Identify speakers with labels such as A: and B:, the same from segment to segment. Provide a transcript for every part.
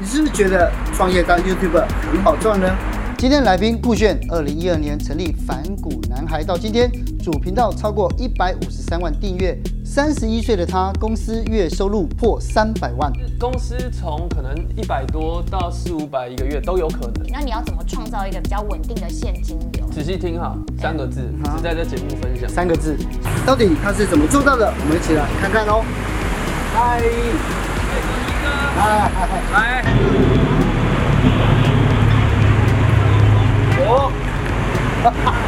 A: 你是不是觉得创业当 YouTuber 很好赚呢？今天来宾酷炫，二零一二年成立反骨男孩，到今天主频道超过一百五十三万订阅。三十一岁的他，公司月收入破三百万。
B: 公司从可能一百多到四五百一个月都有可能。
C: 那你要怎么创造一个比较稳定的现金流？
B: 仔细听哈，三个字，只在这节目分享。
A: 三个字，到底他是怎么做到的？我们一起来看看哦。嗨，嗨，
B: 来，
A: 我。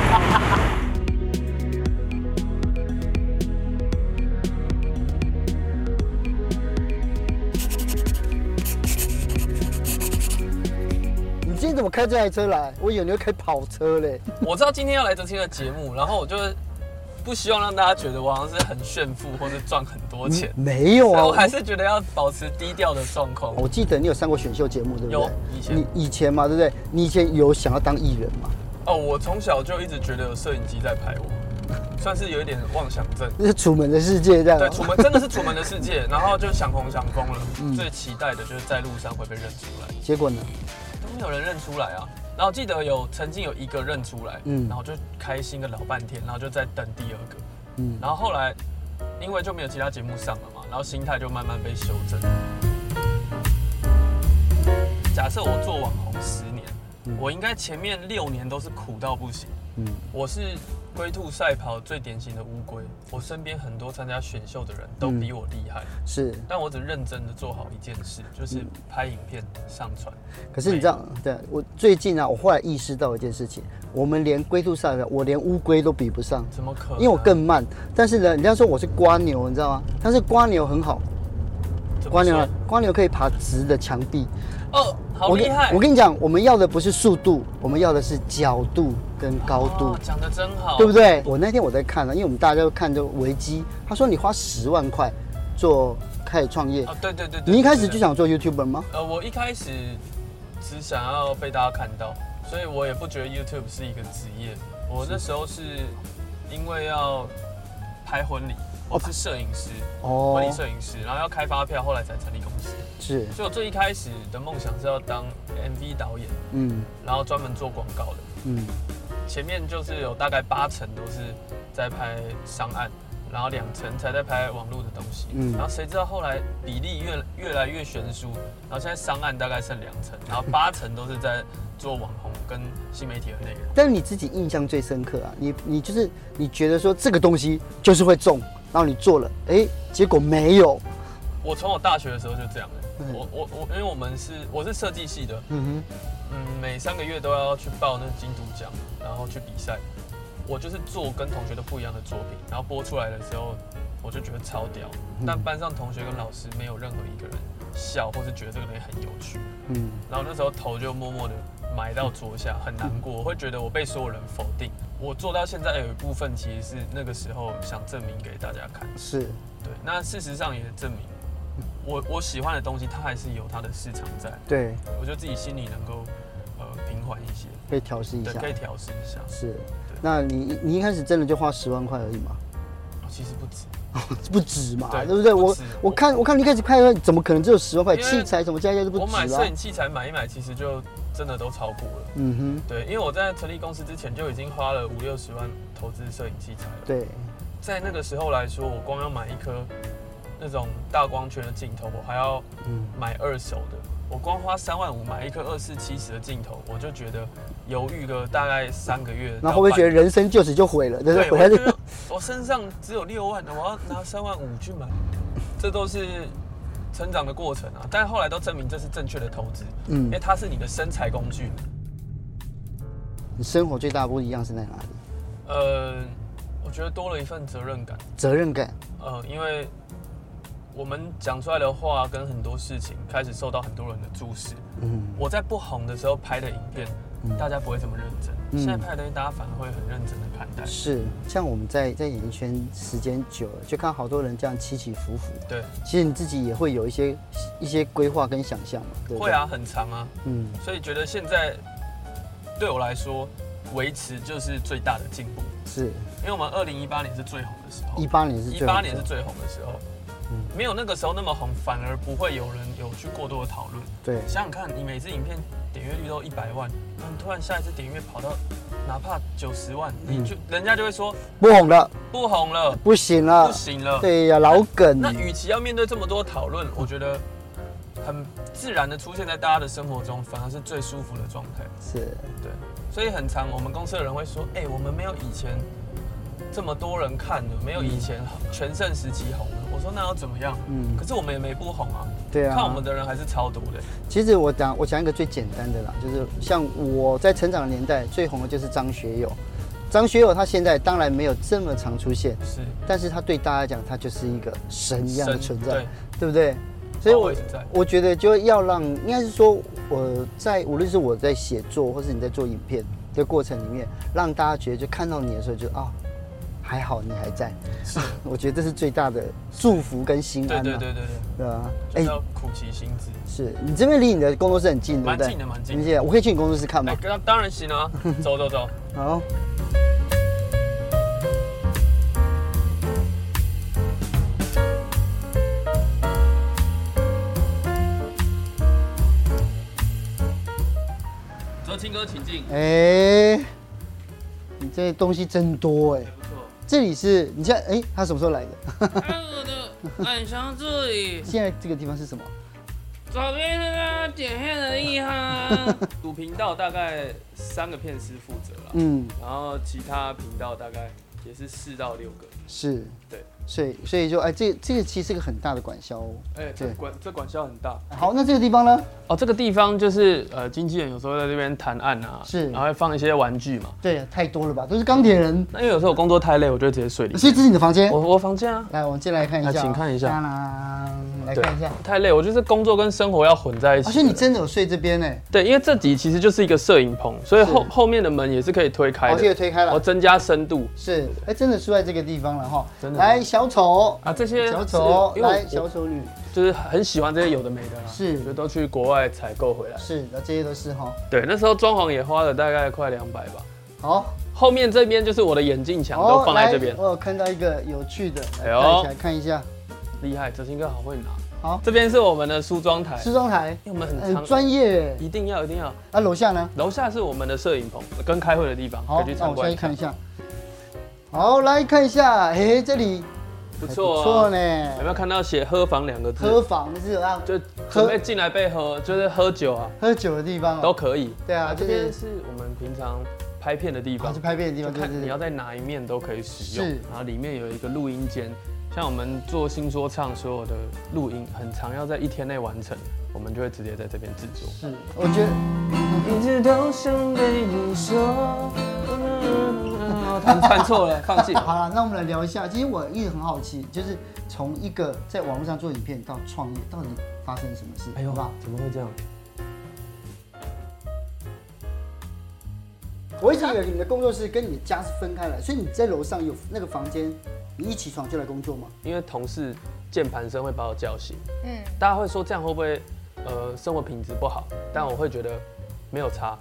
A: 你今天怎么开这台车来？我以为你会开跑车嘞。
B: 我知道今天要来这期的节目，然后我就不希望让大家觉得我好像是很炫富或者赚很多钱，
A: 没有
B: 所以我
A: 啊
B: 还，是觉得要保持低调的状况。
A: 我记得你有上过选秀节目，对不对
B: 有？以前
A: 你以前嘛，对不对？你以前有想要当艺人吗？
B: 哦，我从小就一直觉得有摄影机在拍我，算是有一点妄想症。
A: 那是楚门的世界这样啊。
B: 对，楚门真的是楚门的世界，然后就想红想疯了。最期待的就是在路上会被认出来，
A: 结果呢？
B: 都没有人认出来啊。然后记得有曾经有一个认出来，
A: 嗯
B: 然后就开心个老半天，然后就在等第二个。
A: 嗯，
B: 然后后来因为就没有其他节目上了嘛，然后心态就慢慢被修正。假设我做网红十年，我应该前面六年都是苦到不行。
A: 嗯
B: 我是龟兔赛跑最典型的乌龟，我身边很多参加选秀的人都比我厉害，
A: 是。
B: 但我只认真的做好一件事，就是
A: 嗯
B: 拍影片上传。
A: 可是你知道，对我最近啊，我后来意识到一件事情，我们连龟兔赛跑，我连乌龟都比不上，
B: 怎么可能？
A: 因为我更慢。但是呢，人家说我是瓜牛，你知道吗？但是瓜牛很好，
B: 怎么
A: 瓜牛啊
B: 说
A: 瓜牛可以爬直的墙壁。
B: 哦，好
A: 我跟
B: 厉害！
A: 我跟你讲，我们要的不是速度，我们要的是角度跟高度。
B: 哦讲的真好，
A: 对不？对？我那天我在看了、因为我们大家都看这个维基，他说你花十万块做开始创业，
B: 哦，对对对对
A: 你一开始就。
B: 对对
A: 想做 YouTuber 吗？
B: 呃，我一开始只想要被大家看到，所以我也不觉得 YouTube 是一个职业。我那时候是因为要拍婚礼，我是摄影师，婚礼
A: 哦，
B: 摄影师，然后要开发票，后来才成立公司。
A: 是，
B: 所以我最一开始的梦想是要当 MV 导演，
A: 嗯
B: 然后专门做广告的。
A: 嗯，
B: 前面就是有大概八成都是在拍商案，然后两成才在拍网络的东西。
A: 嗯
B: 然后谁知道后来比例越越来越悬殊，然后现在商案大概剩两成，然后八成都是在做网红跟新媒体的内容。
A: 但是你自己印象最深刻啊，你你就是你觉得说这个东西就是会中，然后你做了，哎，结果没有，
B: 我从我大学的时候就这样了。
A: 嗯
B: 我我我，因为我们是我是设计系的，
A: 嗯
B: 嗯，每三个月都要去报那个金读奖，然后去比赛。我就是做跟同学都不一样的作品，然后播出来的时候，我就觉得超屌。但班上同学跟老师没有任何一个人笑，或是觉得这个东西很有趣。
A: 哼，嗯，
B: 然后那时候头就默默的埋到桌下，很难过，我会觉得我被所有人否定。我做到现在有一部分其实是那个时候想证明给大家看。
A: 是，
B: 对，那事实上也证明，我我喜欢的东西它还是有它的市场在，
A: 对，
B: 我就自己心里能够呃平缓一些。
A: 可以调试一
B: 对，
A: 下
B: 可，以调试一下。
A: 是。那你你一开始真的就花十万块而已嘛，
B: 哦其实不止，
A: 不止嘛，
B: 对
A: 对不对？
B: 不
A: 我
B: 止
A: 我看我看你一开始拍的时候，怎么可能只有十万块？
B: 因为
A: 器材什么加一加就不
B: 我
A: 止啊
B: 买
A: 了、
B: 摄影器材买一买，其实就真的都超过了。
A: 嗯哼，
B: 对，因为我在成立公司之前就已经花了五六十万投资摄影器材了。
A: 对，
B: 在那个时候来说，我光要买一颗那种大光圈的镜头，我还要
A: 嗯
B: 买二手的。我光花三万五买一颗二四七十的镜头，我就觉得犹豫个大概三个月。
A: 然后会不会觉得
B: 得？
A: 人生就此就毁了？对不
B: 对，
A: 对？
B: 我
A: 毁了
B: 觉
A: 这个
B: 得我身上只有六万，我要拿三万五去买，这都是成长的过程啊。但后来都证明这是正确的投资，
A: 嗯
B: 因为它是你的生财工具。
A: 你生活最大的不一样是在哪里？
B: 呃，我觉得多了一份责任感。
A: 责任感，
B: 呃，因为我们讲出来的话跟很多事情开始受到很多人的注视。
A: 嗯，
B: 我在不红的时候拍的影片，大家不会这么认真。
A: 嗯
B: 现在拍的东西，大家反而会很认真的看待。
A: 是像我们在在演艺圈时间久了，就看好多人这样起起伏伏。
B: 对，
A: 其实你自己也会有一些一些规划跟想象嘛，对不对？
B: 会，啊，很长啊，
A: 嗯，
B: 所以觉得现在对我来说，维持就是最大的进步。
A: 是
B: 因为我们二零一八年是最红的时候，
A: 一八年是
B: 哦一
A: 最
B: 八
A: 好的
B: 年是最红的时候，没有那个时候那么红，反而不会有人有去过多的讨论。
A: 对，
B: 想想看，你每次影片点阅率都一百万，那你突然下一次点阅跑到哪怕九十万，你就人家就会说
A: 不红了，
B: 不红了，
A: 不行了，
B: 不行了。
A: 对呀、老梗。
B: 那与其要面对这么多讨论，我觉得很自然的出现在大家的生活中，反而是最舒服的状态。
A: 是，
B: 对，所以很常我们公司的人会说，哎、我们没有以前这么多人看的，没有以前全盛时期红了。我说那要怎么样？
A: 嗯
B: 可是我们也没不红啊，
A: 对啊。
B: 看我们的人还是超多的。
A: 其实我讲我讲一个最简单的啦，就是像我在成长的年代最红的就是张学友，张学友他现在当然没有这么常出现，
B: 是
A: 但是他对大家讲他就是一个神一样的
B: 神
A: 存在，
B: 对哦
A: 对不对？所以我
B: ，always 在
A: 我觉得就要让，应该是说我在无论是我在写作，或是你在做影片的过程里面，让大家觉得就看到你的时候就啊、还好你还在，
B: 是，
A: 我觉得这是最大的祝福跟心安、
B: 对
A: 啊。
B: 对对对对，
A: 对啊，
B: 就是要苦其心志。
A: 是你这边离你的工作室很近，对不
B: 蛮
A: 对？
B: 近的蛮近的
A: 你也我可以去你工作室看吗
B: 哎、？那当然行啊，走走走。
A: 好。
B: 哲青哥，请进。
A: 哎，你这东西真多哎
B: 还。不错。
A: 这里是你现在哎，他什么时候来的？
D: 哎，我的暗箱这里，
A: 现在这个地方是 什么？
B: 嗯
D: 找遍大家点线的地方。
B: 主频道大概三个片师负责啦，
A: 嗯，
B: 然后其他频道大概也是四到六个。
A: 是。
B: 对。
A: 所以所以就哎，这这个其实是个很大的管销哦。
B: 哎、
A: 对
B: 这管这管销很大
A: 好，那这个地方呢？
B: 哦。这个地方就是呃，经纪人有时候在这边谈案啊，
A: 是
B: 然后会放一些玩具嘛。
A: 对，太多了吧，都是钢铁人。
B: 那因为有时候我工作太累，我就会直接睡里
A: 所啊
B: 面。
A: 以这是你的房间
B: 我。我房间啊，
A: 来，我们进来看一下啊、
B: 啊请看一下
A: 当当来
B: 对
A: 看一下。，
B: 太累，我就是工作跟生活要混在一起
A: 而
B: 的。
A: 且啊你真的有睡这边哎，
B: 对，因为这集其实就是一个摄影棚，所以后
A: 是哦
B: 后面的门也是可以推开
A: 我记得
B: 的，
A: 推开
B: 然后
A: 了。
B: 增加深度。
A: 是，哎，真的睡在这个地方了哈。
B: 真的
A: 来，小丑。
B: 啊，这些
A: 小
B: 是
A: 丑，
B: 因为我
A: 来，小丑女。
B: 就是很喜欢这些有的没的啦，
A: 是
B: 就都去国外采购回来。
A: 是，那这些都是哈。
B: 对，那时候装潢也花了大概快两百吧。
A: 好，
B: 后面这边就是我的眼镜墙，
A: 好
B: 都放在这边
A: 哦来。我有看到一个有趣的，
B: 哎
A: 来
B: 呦
A: 看一下，看一下。
B: 厉害，哲兴哥好会拿。
A: 好，
B: 这边是我们的梳妆台，
A: 梳妆台
B: 因为我们很
A: 很
B: 常
A: 专业。
B: 一定要一定要。
A: 那楼下呢？
B: 楼下是我们的摄影棚跟开会的地方，可
A: 好
B: 以去，
A: 那
B: 参
A: 我下
B: 观
A: 去
B: 一
A: 看
B: 下
A: 一。下。好，来看一下，哎，这里
B: 不
A: 还
B: 错
A: 不错
B: 哦。
A: 呢
B: 有。没有看到写“喝房”两个
A: 喝
B: 字？
A: 房是有啊，
B: 就
A: 喝
B: 准备进来被喝，就是喝酒啊，
A: 喝酒的地方
B: 都
A: 哦。
B: 可以。
A: 对啊，
B: 啊，
A: 这
B: 这
A: 边
B: 边是我们平常拍片的地
A: 啊
B: 方
A: 去，拍片的地
B: 就
A: 方，对
B: 看
A: 对
B: 你要
A: 对。
B: 在哪一面都可以使
A: 是
B: 用。然后里面有一个录音间，像我们做新说唱所有的录音，很常要在一天内完成，我们就会直接在这边制作。
A: 是，我觉得
B: 一直都想对你说。弹弹错了，放弃。
A: 好了，那我们来聊一下。其实我一直很好奇，就是从一个在网络上做影片到创业，到底发生什么事？
B: 哎
A: 好
B: 呦
A: 吧，，
B: 怎么会这样？
A: 我一直以为你们的工作室跟你的家是分开来，所以你在楼上有那个房间，你一起床就来工 作吗？
B: 因为同事键盘声会把我叫醒，
C: 嗯，
B: 大家会说这样会不会呃生活品质不好？但我会觉得没有差，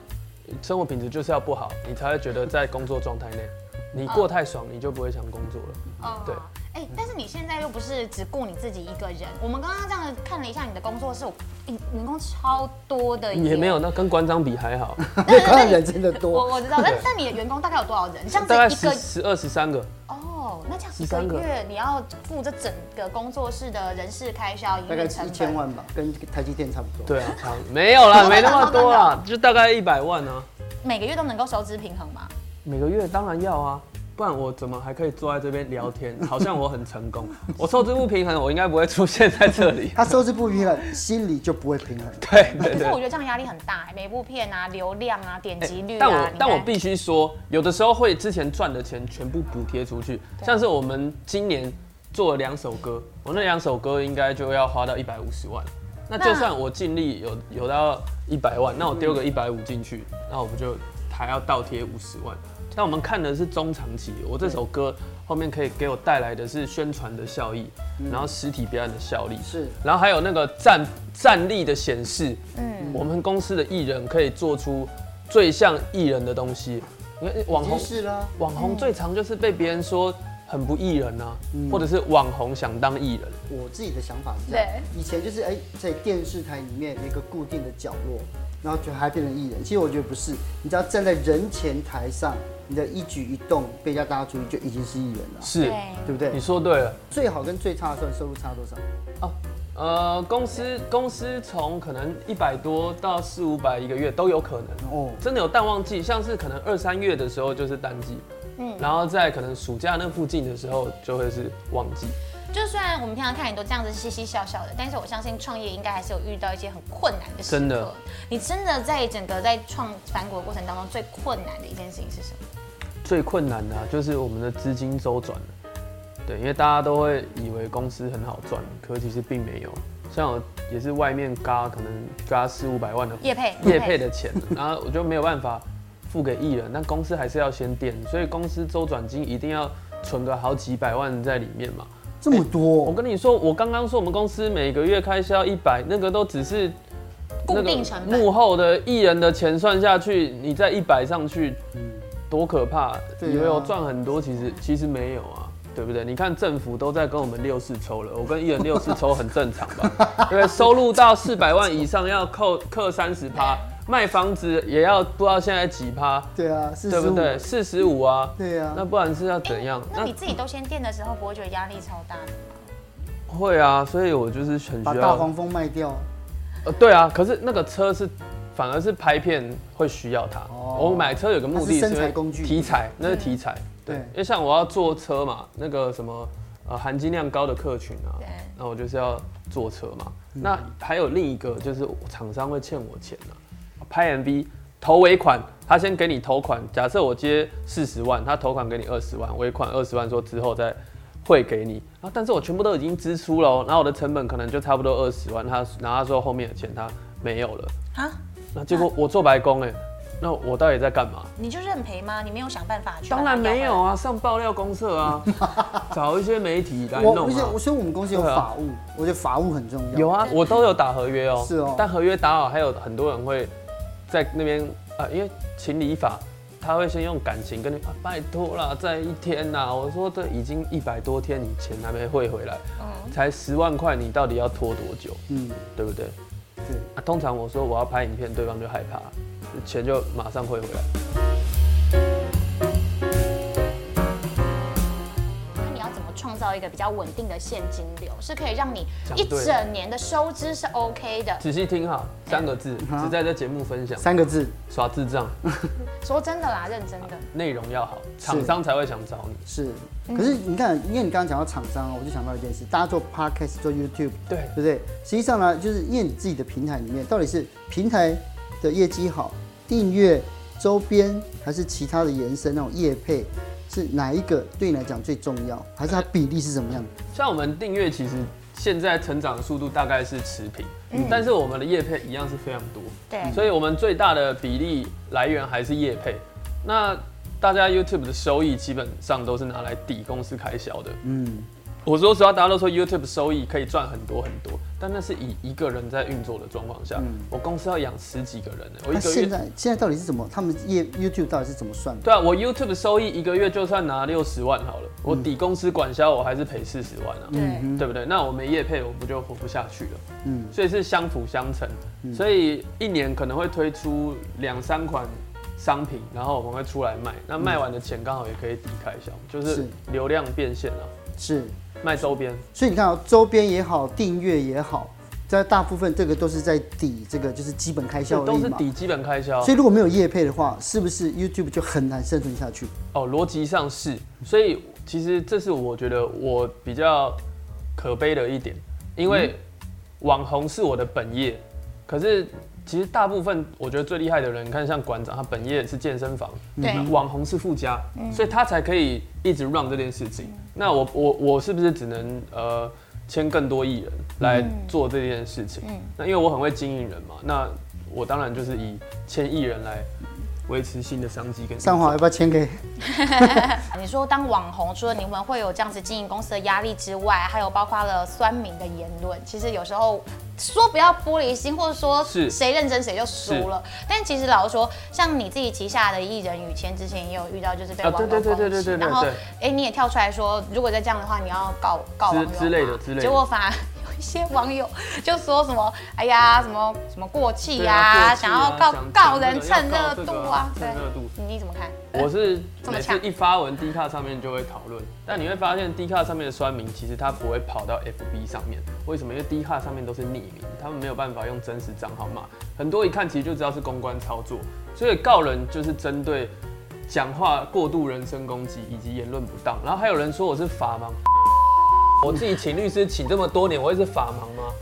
B: 生活品质就是要不好，你才会觉得在工作状态内，你过太爽，你就不会想工作了。
C: 哦
B: 对。
C: 哎、但是你现在又不是只顾你自己一个人。我们刚刚这样看了一下你的工作室，我你员工超多的耶，
B: 也没有，那跟馆长比还好，
A: 对，看人真的
C: 我
A: 多。
C: 我知道，但但你的员工大概有多少人？ 这样
B: 大概
C: 子一
B: 十
C: 个
B: 十二十三个，
C: 哦，那这样一
B: 13
C: 个
B: 个
C: 月你要付这整个工作室的人事开销、营
A: 大概
C: 运
A: 是
C: 成
A: 一千
C: 本，
A: 万吧，跟台积电差不多。，
B: 对 啊，差不多没有啦，没那么多啦，就大概一百万啊，
C: 每个月都能够收支平衡吗？
B: 每个月当然要啊。不然我怎么还可以坐在这边聊天？好像我很成功。我收支不平衡，我应该不会出现在这 里。
A: 他收支不平衡，心里就不会平衡。
B: 对对
C: 可是
B: 对
C: 我。觉得这样压力很大，每部片啊、流量啊、点击率
B: 哎
C: 啊，
B: 但我
C: 你看
B: 但我必须说，有的时候会之前赚的钱全部补贴出去，像是我们今年做了两首歌，我那两首歌应该就要花到一百五十万。那就算我尽力有有到一百万，那我丢个一百五进去，那我们就还要倒贴五十万。但我们看的是中长期，我这首歌后面可以给我带来的是宣传的效益，
C: 嗯
B: 然后实体表演的效力，
A: 是
B: 然后还有那个战战力的显示，嗯，我们公司的艺人可以做出最像艺人的东西。因为网
A: 已经
B: 红
A: 是啦，
B: 网红最常就是被别人说很不艺人啊，
A: 嗯
B: 或者是网红想当艺人，
A: 我自己的想法是这样，以前就是哎、在电视台里面有一个固定的角落，然后就还变成艺人。其实我觉得不是，你只要站在人前台上，你的一举一动被人家大家注意，就已经是艺人了，
B: 是，
A: 对不对
B: 你？说对了。
A: 最好跟最差的算收入差多少？
B: 哦，呃，公司公司从可能一百多到四五百一个月都有可能。
A: 哦，
B: 真的有淡旺季，像是可能二三月的时候就是淡季，
C: 嗯
B: 嗯，然后在可能暑假那附近的时候就会是旺季。
C: 就虽然我们平常看你都这样子嘻嘻笑笑的，但是我相信创业应该还是有遇到一些很困难的时刻。
B: 真的，
C: 你真的在整个在创反骨的过程当中，最困难的一件事情是什么？
B: 最困难的、啊、就是我们的资金周转了，对，因为大家都会以为公司很好赚，可其实并没有。像我也是外面嘎，可能嘎四五百万的
C: 业配
B: 业配的钱， 然后我就没有办法付给艺人，但公司还是要先垫，所以公司周转金一定要存个好几百万在里面嘛。
A: 这么
B: 我
A: 多，
B: 跟你说，我刚刚说我们公司每个月开销一百，那个都只是
C: 固定成
B: 那个幕
C: 本。
B: 后的艺人的钱算下去，你再一百上去，多可怕！
A: 嗯对啊
B: 以为我赚很多，其实其实没有啊，对不对？你看政府都在跟我们六四抽了，我跟艺人六四抽很正常吧？ 对不对，收入到四百万以上要扣扣三十趴，卖房子也要不知道现在几趴，
A: 对啊，四
B: 对
A: 十
B: 不
A: 五，
B: 对？四十五啊，
A: 对啊
B: 那不然是要怎样？
C: 那你自己都先垫的时候，不会觉得压力超大吗？
B: 那会啊，所以我就是很
A: 把
B: 需
A: 大
B: 要。
A: 黄蜂卖掉，
B: 呃，对啊，可是那个车是反而是拍片会需要它。
A: 哦
B: 我买车有个目的
A: 它是
B: 因
A: 生
B: 为
A: 产工具
B: 题材，那是题材。对，
A: 对
B: 因为像我要坐车嘛，那个什么呃含金量高的客群啊
C: 对，
B: 那我就是要坐车嘛。那还有另一个就是厂商会欠我钱啊，拍 MV 投尾款，他先给你投款，假设我接四十万，他投款给你二十万，尾款二十万，说之后再汇给你。然后但是我全部都已经支出了哦、然后我的成本可能就差不多二十万，他然后他说后面的钱他没有了，
C: 啊，
B: 那结果我做白工哎、那我到底在干嘛？
C: 你就认赔吗？你没有想办法去？
B: 当然没有。啊，上爆料公社 啊，找一些媒体来
A: 我
B: 弄
A: 而且
B: 啊
A: 我。所以我们公司有
B: 对啊
A: 法务，我觉得法务很重要。
B: 有啊，我都有打合约哦。
A: 是哦
B: 但合约打好，还有很多人会在那边啊，因为情理法，他会先用感情跟你啊，拜托啦，再一天啦。我说这已经一百多天，你钱还没汇回来，
A: 哦
B: 才十万块，你到底要拖多久？
A: 嗯，
B: 对不对？
A: 对。
B: 啊，通常我说我要拍影片，对方就害怕，钱就马上汇回来。
C: 那你要怎么创造一个比较稳定的现金流，是可以让你
B: 讲
C: 一
B: 对了
C: 整年的收支是 OK 的？
B: 仔细听哈，三个字，
A: 好
B: 只在这节目分享，
A: 三个字，
B: 耍智障，
C: 说真的啦，认真的。
B: 内容要好，
A: 是
B: 厂商才会想找你。
A: 是，可是你看，因为你刚刚讲到厂商，啊我就想到一件事，大家做 podcast 做 YouTube，
B: 对
A: 对不对？实际上呢，就是因为你自己的平台里面，到底是平台的业绩好，订阅、周边，还是其他的延伸那种业配，是哪一个对你来讲最重要？还是它比例是怎么样？
B: 像我们订阅其实现在成长的速度大概是持平，
A: 嗯
B: 但是我们的业配一样是非常多，
C: 对，
B: 所以我们最大的比例来源还是业配。那大家 YouTube 的收益基本上都是拿来抵公司开销的。
A: 嗯，
B: 我说实话，大家都说 YouTube 收益可以赚很多很多，但那是以一个人在运作的状况下，我公司要养十几个人呢，我一
A: 那嗯
B: 个
A: 啊现
B: 月。
A: 在现在到底是怎么？他们业 YouTube 到底是怎么算的？
B: 对啊，我 YouTube 收益一个月就算拿六十万好了，
A: 嗯
B: 我抵公司管销，我还是赔四十万啊。
C: 对，
B: 对不对？那我没业配，我不就活不下去了？
A: 嗯
B: 嗯，所以是相辅相成，所以一年可能会推出两三款商品，然后我们会出来卖，那卖完的钱刚好也可以抵开销，就是是流量变现啊，
A: 是，
B: 卖周边。
A: 所以你看、哦，周边也好，订阅也好，在大部分这个都是在抵这个就是基本开销
B: 这
A: 而
B: 都
A: 已
B: 是
A: 嘛。
B: 抵基哦本开销啊
A: 所以如果没有业配的话，是不是 YouTube 就很难生存下去？
B: 哦，逻辑上是，所以其实这是我觉得我比较可悲的一点，因为网红是我的本业，可是其实大部分我觉得最厉害的人，你看像馆长，他本业是健身房，
C: 对
B: 那网红是附加，所以他才可以一直 run 这件事情。那我我我是不是只能呃签更多艺人来做这件事情？那因为我很会经营人嘛，那我当然就是以签艺人来维持新的商机跟
A: 上华要不要签给？
C: 你说当网红，除了你们会有这样子经营公司的压力之外，还有包括了酸民的言论，其实有时候说不要玻璃心，或者说
B: 是
C: 谁认真谁就输了。但其实老实说，像你自己旗下的艺人雨谦之前也有遇到，就是被
B: 啊
C: 网友
B: 对对对对
C: 攻
B: 对
C: 击
B: 对对
C: 然后
B: 对
C: 哎你也跳出来说，如果再这样的话，你要告告
B: 之
C: 网友
B: 之类的
C: 嘛
B: 之类的
C: 结果反而 有一些网友就说什么，哎呀，什么什么过气
B: 对
C: 呀、
B: 啊过气
C: 想
B: 啊
C: 要告
B: 想
C: 告
B: 讲这
C: 人
B: 个
C: 趁
B: 要告
C: 热
B: 这
C: 度
B: 个
C: 啊
B: 啊，
C: 对
B: 趁热度
C: 你怎么看？
B: 我是
C: 这么
B: 每次
C: 呛
B: 一发文 D 卡上面就会讨论，但你会发现 D 卡上面的酸民其实他不会跑到 FB 上面，为什么？因为 D 卡上面都是匿名，他们没有办法用真实账号骂，很多一看其实就知道是公关操作，所以告人就是针对讲话过度人身攻击以及言论不当，然后还有人说我是法 盲，我自己请律师请这么多年，我会是法盲吗？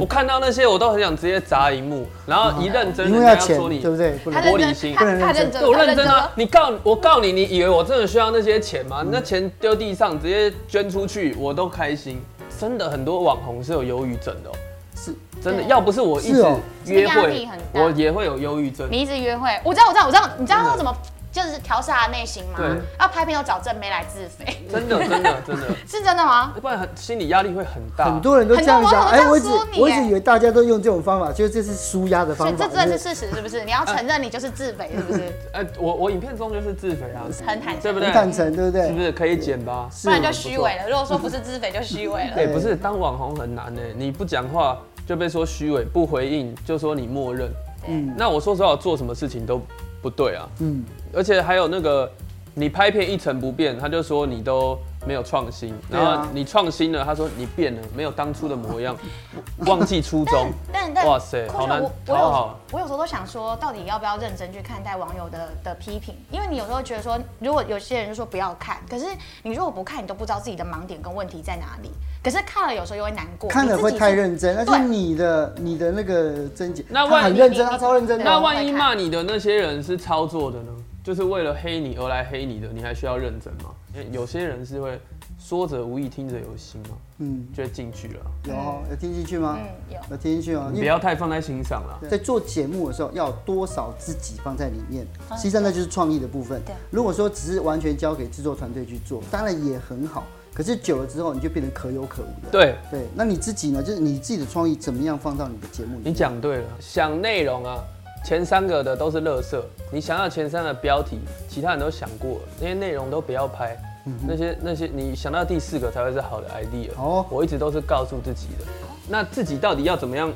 B: 我看到那些我都很想直接砸荧幕，然后一认真
A: 因
B: 人
A: 为
B: 家
A: 要
B: 要
A: 钱
B: 说，你
A: 对不对？不
C: 他
A: 能
B: 的
C: 认
B: 玻璃
C: 真，
B: 心
C: 他
A: 不能
C: 他
A: 认真
C: 认真，
B: 对我
C: 他
B: 认真
C: 了
B: 啊！你告我告你，你以为我真的需要那些钱吗？那钱丢地上直接捐出去，我都开心。真的很多网红是有忧郁症的、哦，
A: 是
B: 真的。
C: 对啊
B: 要不是我一
A: 是
B: 直
A: 哦
B: 约
C: 是压
B: 会
C: 力很，大
B: 我也会有忧郁症。
C: 你一直约会，我知道，我知道，我知道，你知道
B: 真的
C: 要怎么就是调试他的内心吗？
B: 对
C: 要拍片要找真妹来自肥，
B: 真的，真的，真的，
C: 是真的吗？
B: 不然很心理压力会很大。
A: 很多人都这样
C: 很多
A: 讲，
C: 网红
A: 哎、
C: 这样
A: 我一直
C: 说你
A: 我一直
C: 耶
A: 以为大家都用这种方法，就是这是舒压的
C: 所
A: 方
C: 以
A: 法。
C: 这真的
A: 就是
C: 事实，是不是？你要承认你就是自肥，是不 是？
B: 呃，我我影片中就是自肥啊，
C: 很坦
B: 对
C: 诚，
B: 不
A: 很
B: 对？
A: 坦诚，对不对？
B: 是不是可以减吧？
A: 是
C: 不然就虚伪了。如果说不是自肥，就虚伪了。
B: 哎、不是，当网红很难呢、你不讲话就被说虚伪，不回应就说你默认。
A: 嗯
B: 嗯，那我说实话，我做什么事情都不对啊。
A: 嗯，
B: 而且还有那个，你拍片一成不变，他就说你都没有创新，
A: 对啊
B: 然后你创新了，他说你变了，没有当初的 模样，忘记初衷。
C: 但但
B: 哇塞
C: 酷炫
B: 好难
C: 我我
B: 讨
C: 有
B: 好
C: 我有时候都想说，到底要不要认真去看待网友的的批评？因为你有时候觉得说，如果有些人就说不要看，可是你如果不看，你都不知道自己的盲点跟问题在哪里。可是看了有时候又会难过，
A: 看了
C: 你自
A: 会
C: 己
A: 太
C: 是
A: 认真，那就是
C: 对
A: 你的你的那个贞洁，
B: 那
A: 他
B: 万一
A: 很认真，
C: 你
A: 他超认真的
B: 那
A: 哦。
B: 万一骂你的那些人是操作的呢？就是为了黑你而来黑你的，你还需要认真吗？
A: 哎
B: 因为有些人是会说者无意，听者有心嘛，
A: 嗯，
B: 就会进去了。
A: 有哦有听进去吗？
C: 嗯有。
A: 有听进去哦。
B: 你
A: 因
B: 不
A: 为
B: 要太放在心上啦。
A: 在做节目的时候，要有多少自己放在里面？实际上那就是创意的部分
C: 对。
A: 如果说只是完全交给制作团队去做，当然也很好。可是久了之后，你就变得可有可无的。
B: 对，
A: 对，那你自己呢？就是你自己的创意怎么样放到你的节目里
B: 你
A: 面？
B: 讲对了，想内容啊，前三个的都是垃圾。你想要前三个标题，其他人都想过了，那些内容都不要拍。那些那些，你想到第四个才会是嗯好的 idea。
A: 哦
B: 哦，我一直都是告诉自己的。那自己到底要怎么样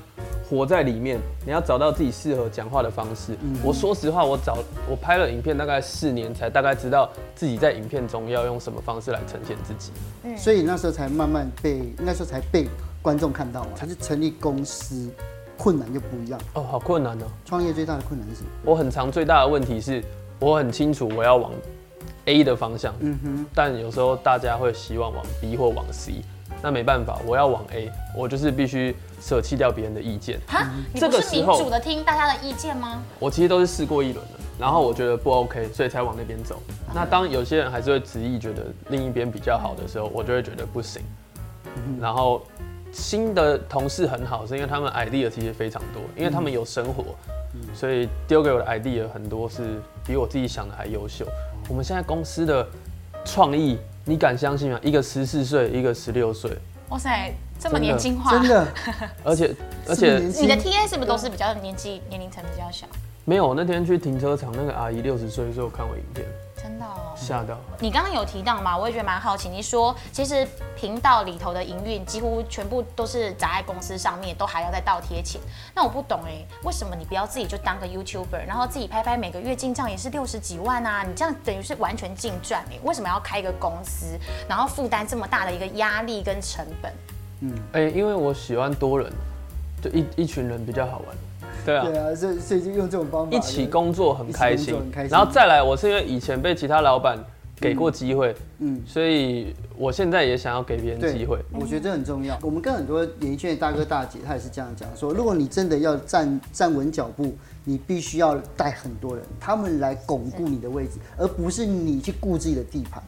B: 活在里面？你要找到自己适合讲话的方式。我说实话，我找我拍了影片大概四年，才大概知道自己在影片中要用什么方式来呈现自己。
A: 所以那时候才慢慢被，那时候才被观众看到嘛。才是成立公司，困难就不一样。
B: 哦，好困难哦。
A: 创业最大的困难是什么？
B: 我很常最大的问题是，我很清楚我要往 A 的方向，嗯哼，但有时候大家会希望往 B 或往 C，那没办法，我要往 A，我就是必须舍弃掉别人的意见。嗯
C: 哈，你
B: 这
C: 不
B: 个
C: 是民
B: 时候
C: 主的听大家的意见吗？
B: 我其实都是试过一轮了，然后我觉得不 OK，所以才往那边走。
C: 嗯
B: 那当有些人还是会执意觉得另一边比较好的时候，我就会觉得不行。然后新的同事很好，是因为他们 idea 其实非常多，因为他们有生活，所以丢给我的 idea 很多是比我自己想的还优秀。我们现在公司的创意，你敢相信吗？一个十四岁，一个十六岁，
C: 哇塞，这
B: 真
C: 么
B: 的
C: 年轻化，
A: 真的，
B: 而且
A: 这
B: 而
A: 么
B: 且
A: 年轻
C: 你的 TA 是不是都是比较年纪年龄层比较小？
B: 没有，那天去停车场，那个阿姨六十岁，所以我看我影片
C: 真的哦。
B: 吓到。
C: 你刚刚有提到嘛，我也觉得蛮好奇。你说其实频道里头的营运几乎全部都是砸在公司上面，都还要再倒贴钱。那我不懂哎、为什么你不要自己就当个 YouTuber，然后自己拍拍，每个月进账也是六十几万啊？你这样等于是完全净赚哎，为什么要开一个公司，然后负担这么大的一个压力跟成本？
B: 哎、因为我喜欢多人，就一一群人比较好玩。对啊，
A: 对啊，所以所以就用这种方法
B: 一起工作很开
A: 一起
B: 心
A: 工作很开心。
B: 然后再来，我是因为以前被其他老板给过机会，
A: 嗯
B: 嗯，所以我现在也想要给别人机会。
A: 我觉得这很重要。我们跟很多演艺圈的大哥大姐，他也是这样讲说，如果你真的要站站稳脚步，你必须要带很多人，他们来巩固你的位置，而不是你去顾自己的地盘。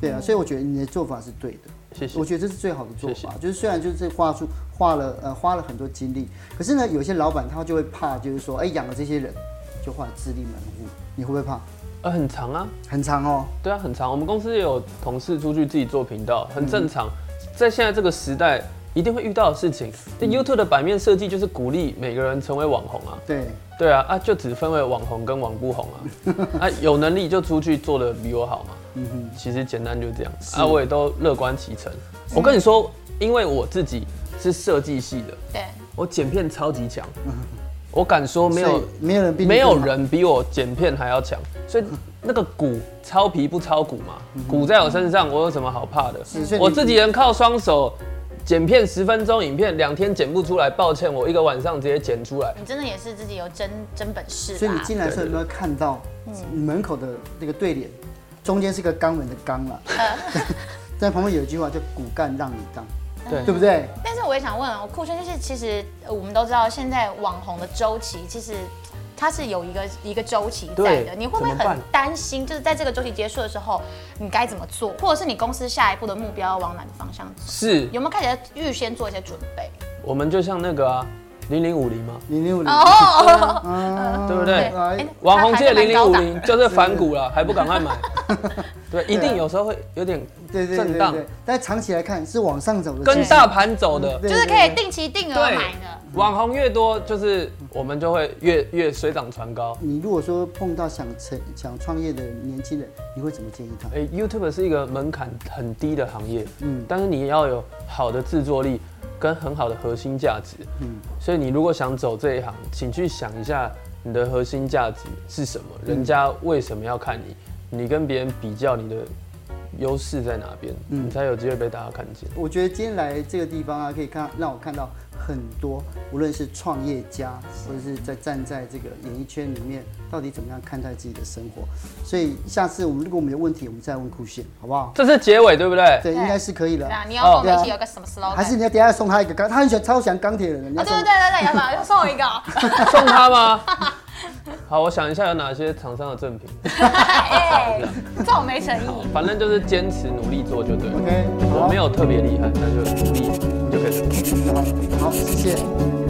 A: 对啊，所以我觉得你的做法是对的。
B: 谢谢
A: 我。觉得这是最好的做
B: 谢
A: 法，就是虽然就是花出花了呃花了很多精力，可是呢，有些老板他就会怕，就是说，哎、养了这些人，就换自立门户，你会不会怕？
B: 呃，很长啊，
A: 很长哦，嗯
B: 对啊，很长。我们公司也有同事出去自己做频道，很正常。在现在这个时代，一定会遇到的事情。那 YouTube 的版面设计就是鼓励每个人成为网红啊，
A: 对，
B: 对啊，啊就只分为网红跟网不 红啊，啊有能力就出去做的比我好嘛，
A: 嗯哼，
B: 其实简单就这样。啊，我也都乐观其成。我跟你说，因为我自己是设计系的，
C: 对，
B: 我剪片超级强，我敢说没
A: 嗯所
B: 有
A: 以没有人比你
B: 没有
A: 更好
B: 人比我剪片还要强，所以那个骨超皮不超骨嘛，骨在我身上，我有什么好怕的
A: 嗯是所以？你
B: 我自己人靠双手剪片十分钟影片，两天剪不出来，抱歉，我一个晚上直接剪出来。
C: 你真的也是自己有真真本事啦。
A: 所以你进来的时候有没有看到门口的那个对联，中间是个肛门的肛了，
C: 嗯
A: 在旁边有一句话叫“骨干让你当”，
B: 对
C: 嗯
A: 对不对？
C: 但是我也想问哦，酷炫就是其实呃我们都知道，现在网红的周期其实它是有一个一个周期在的，
B: 对
C: 你会不会
B: 怎么办
C: 很担心？就是在这个周期结束的时候，你该怎么做，或者是你公司下一步的目标往哪个方向走？
B: 是
C: 有没有开始预先做一些准备？
B: 我们就像那个啊，零零五零嘛，
A: 零六零，
C: 哦，
A: 啊
B: 对不对
A: 来，
B: 网红界零零五
C: 零
B: 零就是反骨了，还不赶快买？ 对，
A: 啊
B: 一定有时候会有点
A: 对对对
B: 震
A: 对
B: 荡，
A: 对，但长期来看是往上走的，
B: 跟大盘走的。
A: 对
C: 就是可以定期定额
B: 对
C: 买的。
B: 网红越多，就是我们就会越越水涨船高。
A: 你如果说碰到想成想创业的年轻人，你会怎么建议他？
B: 哎、y o u t u b e 是一个门槛很低的行业，
A: 嗯
B: 嗯，但是你要有好的制作力跟很好的核心价值，
A: 嗯
B: 嗯，所以你如果想走这一行，请去想一下你的核心价值是什么，人家为什么要看你，你跟别人比较你的优势在哪边，
A: 嗯
B: 你才有机会被大家看见。
A: 我觉得今天来这个地方啊，可以看让我看到很多，无论是创业家，或者是在站在这个演艺圈里面，到底怎么样看待自己的生活。所以下次我们如果我们有问题，我们再问酷炫，好不好？
B: 这是结尾对不对？
A: 对，
C: 对
A: 应该是可以了
C: 对。啊，你要跟我们一起
A: 哦
C: 有个什么 slogan？
A: 还是你要等一下送他一个钢，他很喜欢超喜欢钢铁人的。你要
C: 啊，对
A: 送
C: 对对对对，要不要要送我一 个哦？
B: 送他吗？好，我想一下有哪些厂商的赠品，
C: 哎，这种没诚意。
B: 反正就是坚持努力做就对了。
A: OK，好，啊
B: 我没有特别厉害，但就努力你就可以成功。
A: 有，好，谢谢。